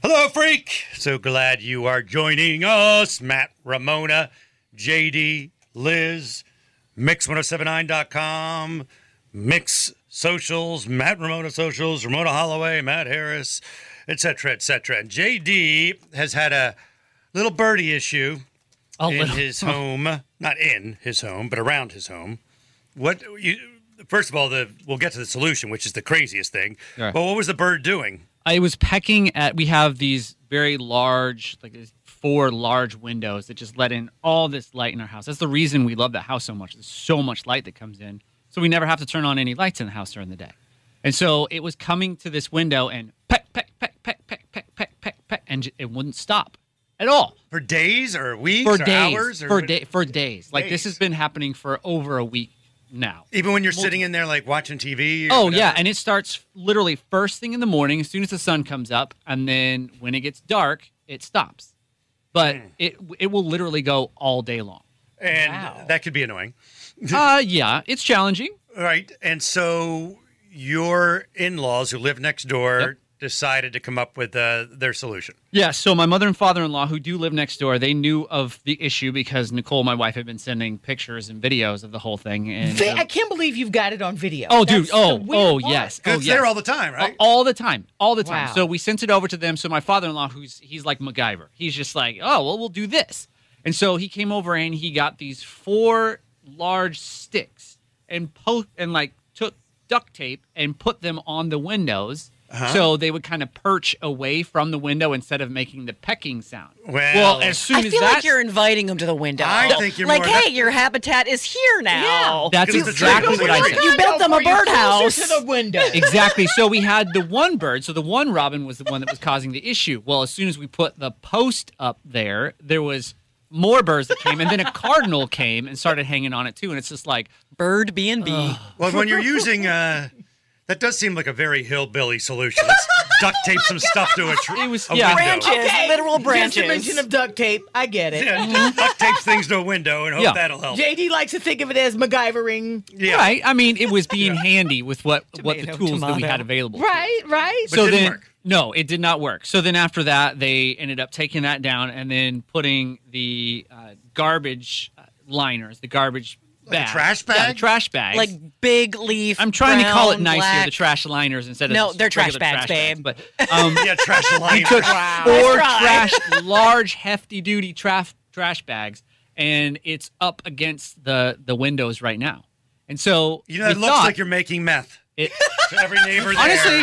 Hello, freak. So glad you are joining us. Matt, Ramona, JD, Liz, Mix1079.com, Mix Socials, Matt Ramona Socials, Ramona Holloway, Matt Harris, etc., etc. And JD has had a little birdie issue A in little- his home. Not in his home, but around his home. What you, first of all, the we'll get to the solution, which is the craziest thing. Yeah. But what was the bird doing? I was pecking at. We have these very large, like these four large windows that just let in all this light in our house. That's the reason we love that house so much. There's so much light that comes in, so we never have to turn on any lights in the house during the day. And so it was coming to this window and peck, peck, peck, peck, peck, peck, peck, peck, peck, and j- it wouldn't stop at all For days or weeks for or days, hours or for what- day, for days. Like Days. this has been happening for over a week now. Even when you're sitting in there like watching TV. Or Oh whatever? yeah, and it starts literally first thing in the morning, as soon as the sun comes up, and then when it gets dark, it stops. But Hmm. it it will literally go all day long. and Wow. that could be annoying, uh yeah, it's challenging. right? And so your in-laws who live next door Yep. Oh, decided to come up with uh, their solution. Yeah, so my mother and father-in-law who do live next door, they knew of the issue because Nicole, my wife, had been sending pictures and videos of the whole thing and They- I can't believe you've got it on video. Oh dude, That's the oh, weird oh part. yes. 'Cause Oh it's yes. there all the time, right? A- All the time, all the time. Wow. So we sent it over to them. So my father-in-law, who's he's like MacGyver, he's just like, oh well, we'll do this. And so he came over and he got these four large sticks and po- and like took duct tape and put them on the windows. Uh-huh. So they would kind of perch away from the window instead of making the pecking sound. Well- as soon I as feel that, like you're inviting them to the window. I think you're like, more- hey, your habitat is here now. that's Because it's a exactly dragon what I window. said. You built them a Or you're closer birdhouse. to the window. exactly. So we had the one bird. So the one robin was the one that was causing the issue. Well, as soon as we put the post up there, there was more birds that came, and then a cardinal came and started hanging on it too. And it's just like, Bird B and B. oh. Well, when you're using uh, that does seem like a very hillbilly solution. Let's duct tape some stuff to a, tr- It was- a yeah. window. Branches, literal Just a branches. mention of duct tape. I get it. Yeah, just duct tapes things to a window and hope Yeah. that'll help. JD likes to think of it as MacGyvering. Yeah. right? I mean, it was being handy with what what the Tomato, tools that we tomato. had available. Right, right. But it didn't then, work. No, it did not work. So then after that, they ended up taking that down and then putting the uh, garbage uh, liners, the garbage Like a bags. trash Yeah, the bag? trash bags. Like big leaf. I'm trying to call it brown, nicer, black. the trash liners instead of No, just they're trash regular bags, babe. bags, But um, Yeah, trash line. took four tried. trash, large, hefty duty trash trash bags, and it's up against the the windows right now. And so You know, it we looks thought like you're making meth it- to every neighbor there. honestly.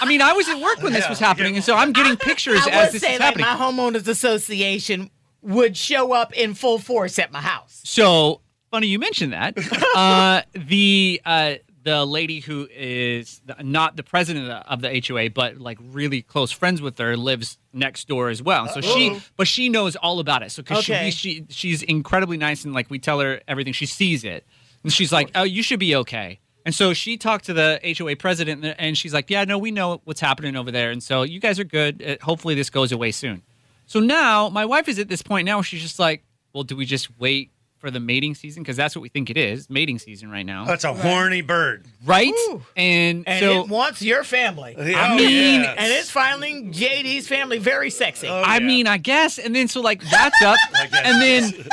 I mean, I was at work when this Yeah, was happening, yeah. and so I'm getting pictures I as would this say is like happening. my homeowners association would show up in full force at my house. So funny you mentioned that. uh, the uh, the lady who is the, not the president of the HOA, but like really close friends with her, lives next door as well. So she, but she knows all about it. So because Okay. she, she she's incredibly nice and like we tell her everything, she sees it, and she's like, "Oh, you should be okay." And so she talked to the HOA president, and- and she's like, "Yeah, no, we know what's happening over there, and so you guys are good. Uh, Hopefully, this goes away soon." So now my wife is at this point now where she's just like, "Well, do we just wait for the mating season? Because that's what we think it is, mating season right now, That's a horny bird. right?" Uh, Ooh. And, And so it wants your family. Oh, mean, yeah. And it's finding JD's family very sexy. I yeah. mean, I guess. And then so like that's up, guess. and then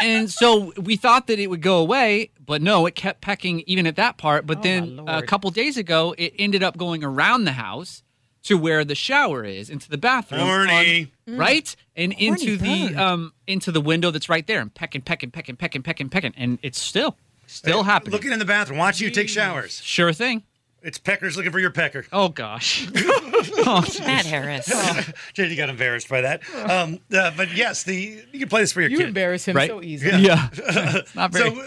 and so we thought that it would go away, but no, it kept pecking even at that part. But then a Oh, Lord. couple days ago, it ended up going around the house to where the shower is, into the bathroom, on- horny. Mm. right, and into the bird. um into the window that's right there, and pecking, pecking, pecking, pecking, pecking, pecking, and it's still still happening. Looking in the bathroom, watching you take showers. sure thing. It's peckers looking for your pecker. Oh gosh. oh, Matt Harris. JD got embarrassed by that. Um, uh, but yes, the you can play this for your you kid. embarrass him right? so easily. yeah. It's not very. so uh,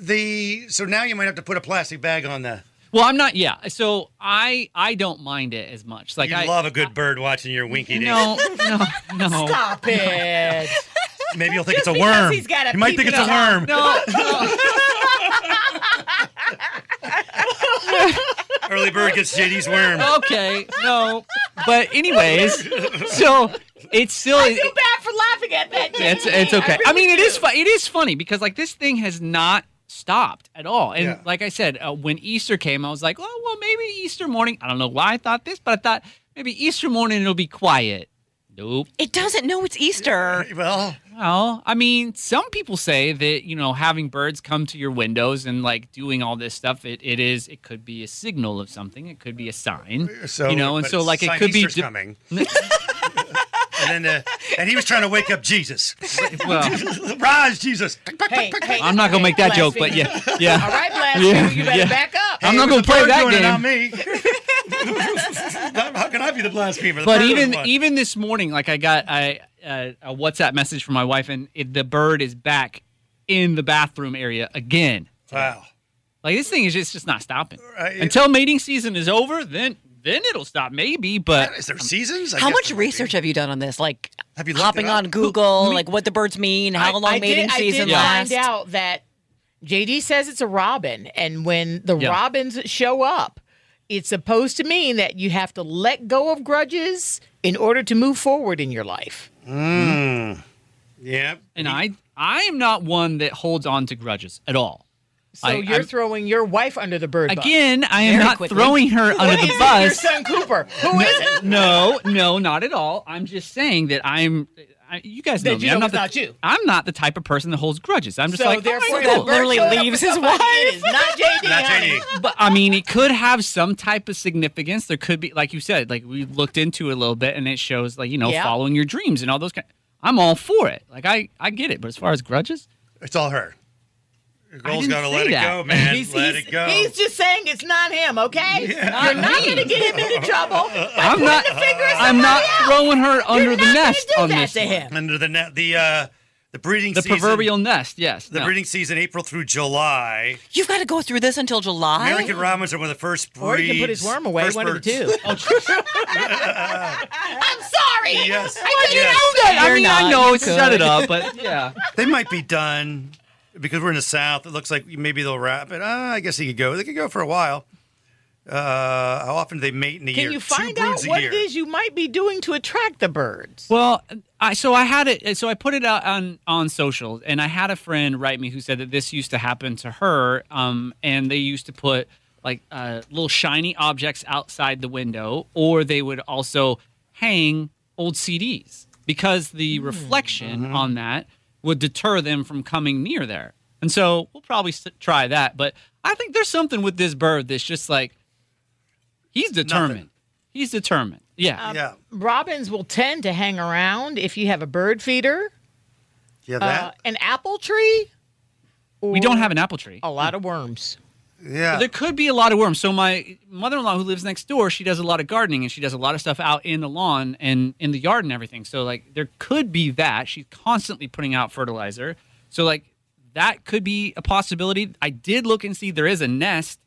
the so now you might have to put a plastic bag on the Well, I'm not. Yeah. So I I don't mind it as much. Like You I love a good bird watching your winky dink. No, no, no. Stop it. Maybe you'll think it's Just a because worm. he's got a you might think it's a peeping worm. No, no. Early bird gets JD's worm. Oh. Okay. No. But anyways, so it's still I feel bad for laughing at that. it's Jamie. it's okay. I, really mean, it do. is fun. It is funny because like this thing has not stopped at all. And Yeah. like I said, uh, when Easter came, I was like, oh well, maybe Easter morning. I don't know why I thought this, but I thought maybe Easter morning it'll be quiet. Nope. It doesn't know it's Easter. Well, Well, I mean, some people say that you know having birds come to your windows and like doing all this stuff, it, it is it could be a signal of something. It could be a sign. Uh, so you know, and but so like it sign could Easter's be. di- coming. and then uh, and he was trying to wake up Jesus. well, Rise, Jesus. Hey, hey, I'm not gonna hey, make that joke, but blasphemy. yeah, yeah. All right, Blasphemy, Yeah, you better yeah. back up. I'm not gonna play Bird that doing it, not game. me. How can I be the blasphemer? The but bird was even one. even this morning, like I got I, uh, a WhatsApp message from my wife, and it, the bird is back in the bathroom area again. wow. Like this thing is just, just not stopping Right. until mating season is over. Then then it'll stop, maybe. But Is there seasons? I How guess much there would be. research have you done on this? Like Have you looked hopping it up? on Google, like what the birds mean, how long I mating did, I season did lasts. find out that JD says it's a robin, and when the Yeah. robins show up, it's supposed to mean that you have to let go of grudges in order to move forward in your life. Yeah. and I I am not one that holds on to grudges at all. So I- you're I'm- throwing your wife under the bird bus. Again, I am Very not quickly. throwing her under Who the is it? Your bus. son Cooper. Who is it? No, no, not at all. I'm just saying that I'm. I, you guys know That me. you I'm know not the, it's not you. I'm not the type of person that holds grudges. I'm just So like, oh all right, therefore, cool. that bird Literally showed up leaves with his somebody. It is not JD. Not honey. JD. but I mean, it could have some type of significance. There could be, like you said, like we looked into it a little bit, and it shows, like you know, Yeah. following your dreams and all those kind. I'm all for it. Like I, I get it. But as far as grudges, It's all her. Your goal's didn't got to say let it that. go, man. He's, let he's- it go. he's just saying it's not him, okay? You're not going to get him into trouble. by I'm not. pointing the finger at I'm not somebody else. throwing her under You're the not gonna nest do on that this. to one. him. under the net, the uh, the breeding The season, proverbial nest. Yes. the no. breeding season, April through July. You've got to go through this until July. American robins are one of the first breeds. Or he can put his worm away, first one birds. of the two. I'm sorry. Yes. I Why'd you do couldn't help Good. I You're mean, I not. know. You It's shut it could. up. But yeah. They might be done because we're in the South. It looks like maybe they'll wrap it. Uh, I guess he could go. They could go for a while. Uh, how often do they mate in a Can year? you Two find out broods a what year. it is you might be doing to attract the birds? Well, I so I had it. So I put it out on on social, and I had a friend write me who said that this used to happen to her. Um, and they used to put like uh, little shiny objects outside the window, or they would also hang old CDs because the reflection on that would deter them from coming near there. And so we'll probably s- try that. But I think there's something with this bird that's just like he's determined. He's determined. Yeah. Yeah, Robins will tend to hang around if you have a bird feeder, yeah, that. uh, an apple tree, or we don't have an apple tree. a lot of worms. yeah, There could be a lot of worms. So my mother-in-law who lives next door, she does a lot of gardening and she does a lot of stuff out in the lawn and in the yard and everything. So like there could be that. She's constantly putting out fertilizer. So like that could be a possibility. I did look and see there is a nest.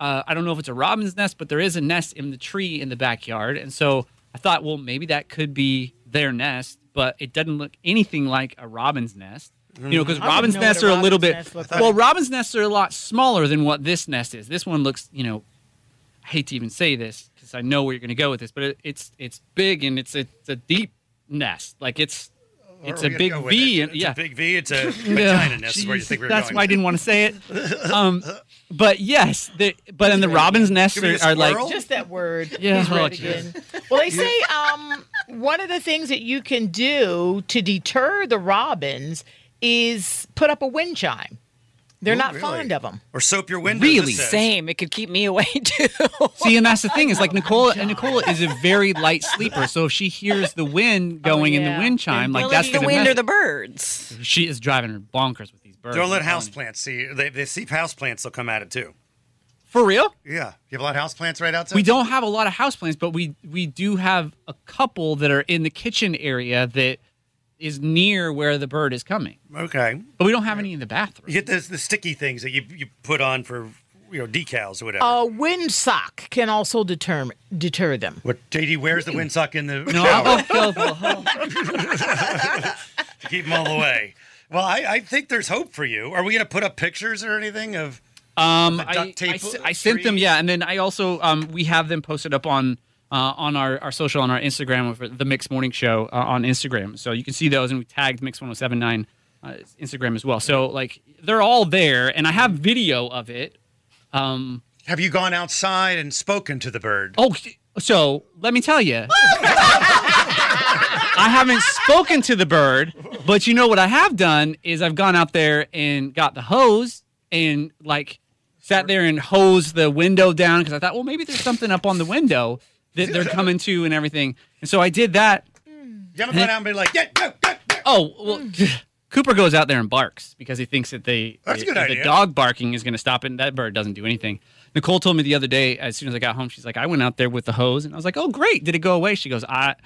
Uh, I don't know if it's a robin's nest, but there is a nest in the tree in the backyard. And so I thought, well, maybe that could be their nest, but it doesn't look anything like a robin's nest. You know, because Mm-hmm. I robin's wouldn't know what a nests are a little robin's bit nest look well, robin's nests are a lot smaller than what this nest is. This one looks, you know, I hate to even say this because I know where you're going to go with this, but it, it's it's big and it's a, it's a deep nest. Like it's Where it's are a we gonna big go with V. it? and- It's yeah, a big V. It's a Yeah. vagina nest. Is where you Jeez, think we were That's going. why I didn't want to say it. Um, but yes, the, but then the robin's nests Could be are, a are like squirrel? Just that word. Yeah. He's Oh, red geez. again. Well, they say um, one of the things that you can do to deter the robins is put up a wind chime. They're not really? fond of them. Or soap your windows. it Really? says. Same. It could keep me away too. See, and that's the thing is like Nicola and Nicola is a very light sleeper, so if she hears the wind Oh, going in yeah. the wind chime, like Well, that's it's the gonna wind mess- or the birds. she is driving her bonkers with these birds. Don't let I'm telling you. houseplants see. They, they see houseplants, they'll come at it too. For real? Yeah. You have a lot of houseplants right outside? We don't have a lot of houseplants, but we we do have a couple that are in the kitchen area that is near where the bird is coming. Okay. But we don't have any in the bathroom. You get the, the sticky things that you, you put on for you know, decals or whatever. A windsock can also deter deter them. What JD wears the windsock in the No, shower I'll go for- oh. to keep him all the way. Well, I, I think there's hope for you. Are we going to put up pictures or anything of? Um, duct I, tape I s- I sent them, tree? yeah, and then I also um, we have them posted up on uh, on our, our social on our Instagram for the Mix Morning Show uh, on Instagram, so you can see those, and we tagged Mix One Zero Seven Nine uh, Instagram as well. So like they're all there, and I have video of it. Um, Have you gone outside and spoken to the bird? oh, so let me tell you. I haven't spoken to the bird, but you know what I have done is I've gone out there and got the hose and like sat there and hosed the window down because I thought, well, maybe there's something up on the window that they're coming to and everything. And so I did that. You haven't gone out and be like, yeah, go, go, go. Oh, well, Cooper goes out there and barks because he thinks that they That's a good the idea. dog barking is going to stop it. And that bird doesn't do anything. Nicole told me the other day, as soon as I got home, she's like, I went out there with the hose, and I was like, oh, great, did it go away? She goes, I,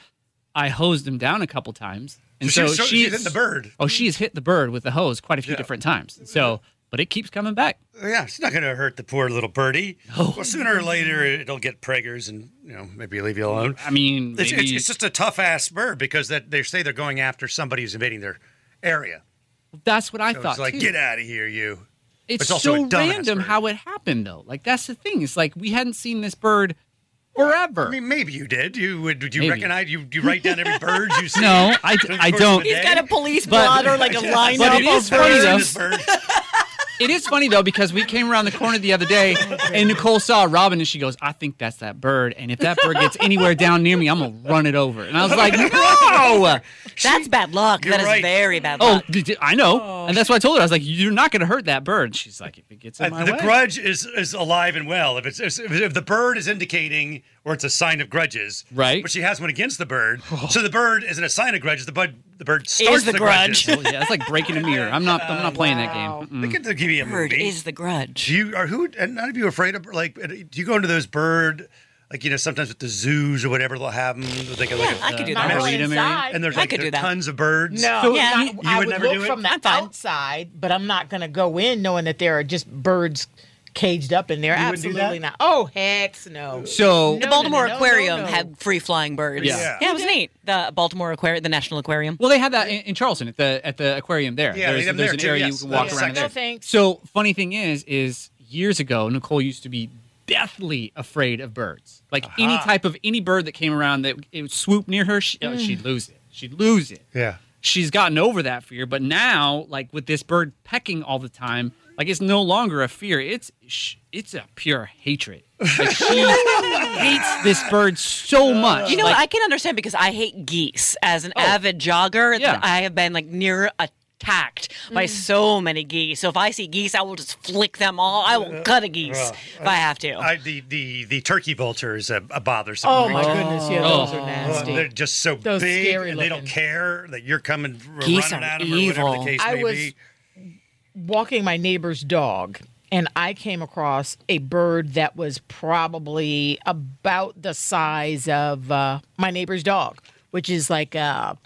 I hosed him down a couple times, and So so, she's- so she's hitting the bird. Oh, she's hit the bird with the hose quite a few Yeah. different times. So, but it keeps coming back. Oh, Yeah, it's not going to hurt the poor little birdie. Oh. Well, sooner or later, it'll get preggers and, you know, maybe leave you alone. I mean, It's, it's, maybe- it's just a tough ass bird because that they say they're going after somebody who's invading their area. that's what I So thought. it's like, too. get out of here, you. it's It's also so a dumbass random bird. how it happened though. Like that's the thing. It's like we hadn't seen this bird forever. I mean, maybe you did. You would. Did you Maybe. recognize? You you write down every bird you see. no, I, I don't. He's got a police But- blotter, like a lineup But it of is funny birds. though. This bird. It is funny though because we came around the corner the other day and Nicole saw a robin and she goes, "I think that's that bird." And if that bird gets anywhere down near me, I'm gonna run it over. And I was like, "No!" That's bad luck. You're That is right. very bad Oh, luck. d- d- I know, and that's why I told her I was like, "You're not gonna hurt that bird." She's like, "If it gets in my Uh, the way." grudge is is alive and well. If it's if, if the bird is indicating or it's a sign of grudges, Right. But she has one against the bird, so the bird isn't a sign of grudges. The bud the bird starts the grudge. grudges. Well, yeah, it's like breaking a mirror. I'm not. I'm not playing that game. They could give you a Bird movie. is the grudge. do you are who and none of you afraid of like uh, do you go into those bird like you know sometimes at the zoos or whatever they'll have them they can like I could do Not that. mess- going Margarita, Mary? inside. and there's I like could there do are that. tons of birds no, So- Yeah. not- You- you I would would never look do it? from the I'm fine. outside, but I'm not going to go in knowing that there are just birds caged up in there. You wouldn't do Absolutely that? not. Oh heck, no. So The No, Baltimore no, no, no, Aquarium no. had free flying birds. Yeah. Yeah. yeah, it was neat. The Baltimore Aquarium, the National Aquarium. Well, they had that in, in Charleston at the at the aquarium there. Yeah, they there's, have them there's there an too, area yes. you can walk Yeah. around. in there. No, thanks. So funny thing is, is years ago Nicole used to be deathly afraid of birds. Like any type of any bird that came around that it would swoop near her, she, uh, she'd lose it. She'd lose it. yeah She's gotten over that fear, but now like with this bird pecking all the time, like it's no longer a fear. It's sh- it's a pure hatred. Like she hates this bird so much. You know, Like, what? I can understand because I hate geese. As an avid jogger, Yeah. I have been like near attacked by so many geese. So if I see geese, I will just flick them all. I will cut a geese if I have to. I, the, the the turkey vulture is a, a bothersome Oh creature. my goodness, yeah, Oh. those are Well, nasty. they're just so Those big scary and they don't looking. care that you're coming r- Geese running are at them or whatever evil. the case I may was- be. walking my neighbor's dog and I came across a bird that was probably about the size of uh, my neighbor's dog, which is like a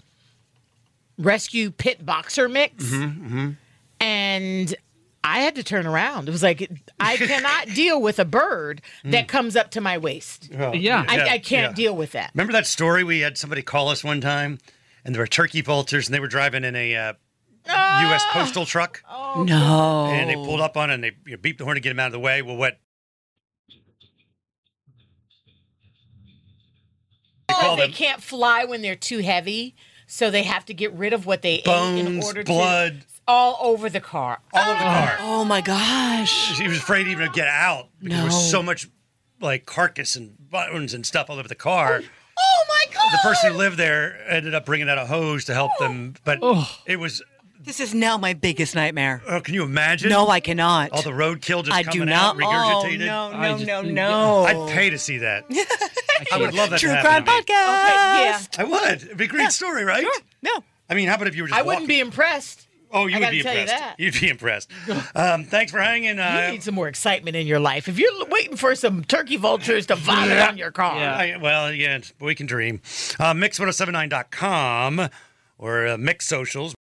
rescue pit boxer mix. Mm-hmm, And I had to turn around. It was like, I cannot deal with a bird that comes up to my waist. yeah. I, Mm. Yeah, I can't yeah. deal with that. Remember that story we had somebody call us one time, and there were turkey vultures, and they were driving in a uh, U.S. Ah! postal truck, no. and they Oh. pulled up on it, and they you know, beeped the horn to get him out of the way. Well, what? They Because called they them can't fly when they're too heavy, so they have to get rid of what they ate in bones, order to blood, all over the car. all over the car. Oh my gosh. She was afraid even to get out because there was so much like carcass and bones and stuff all over the car. Oh my god! the person who lived there ended up bringing out a hose to help them, but it was. This is now my biggest nightmare. Oh, can you imagine? No, I cannot. all the roadkill just I coming do not. out regurgitated. Oh, no, I no, just- no, no. I'd pay to see that. I would love that. True to happen crime to me. podcast. yeah, I would. It'd be a great story, right? No. I mean, how about if you were just I wouldn't walking? be impressed. Oh, you I would gotta be tell you impressed. that. would be impressed. Um, thanks for hanging. You Uh, need some more excitement in your life. If you're waiting for some turkey vultures to vomit on your car, Yeah. I, well, oh yeah, we can dream. Uh, Mix1079.com or uh, Mix Socials.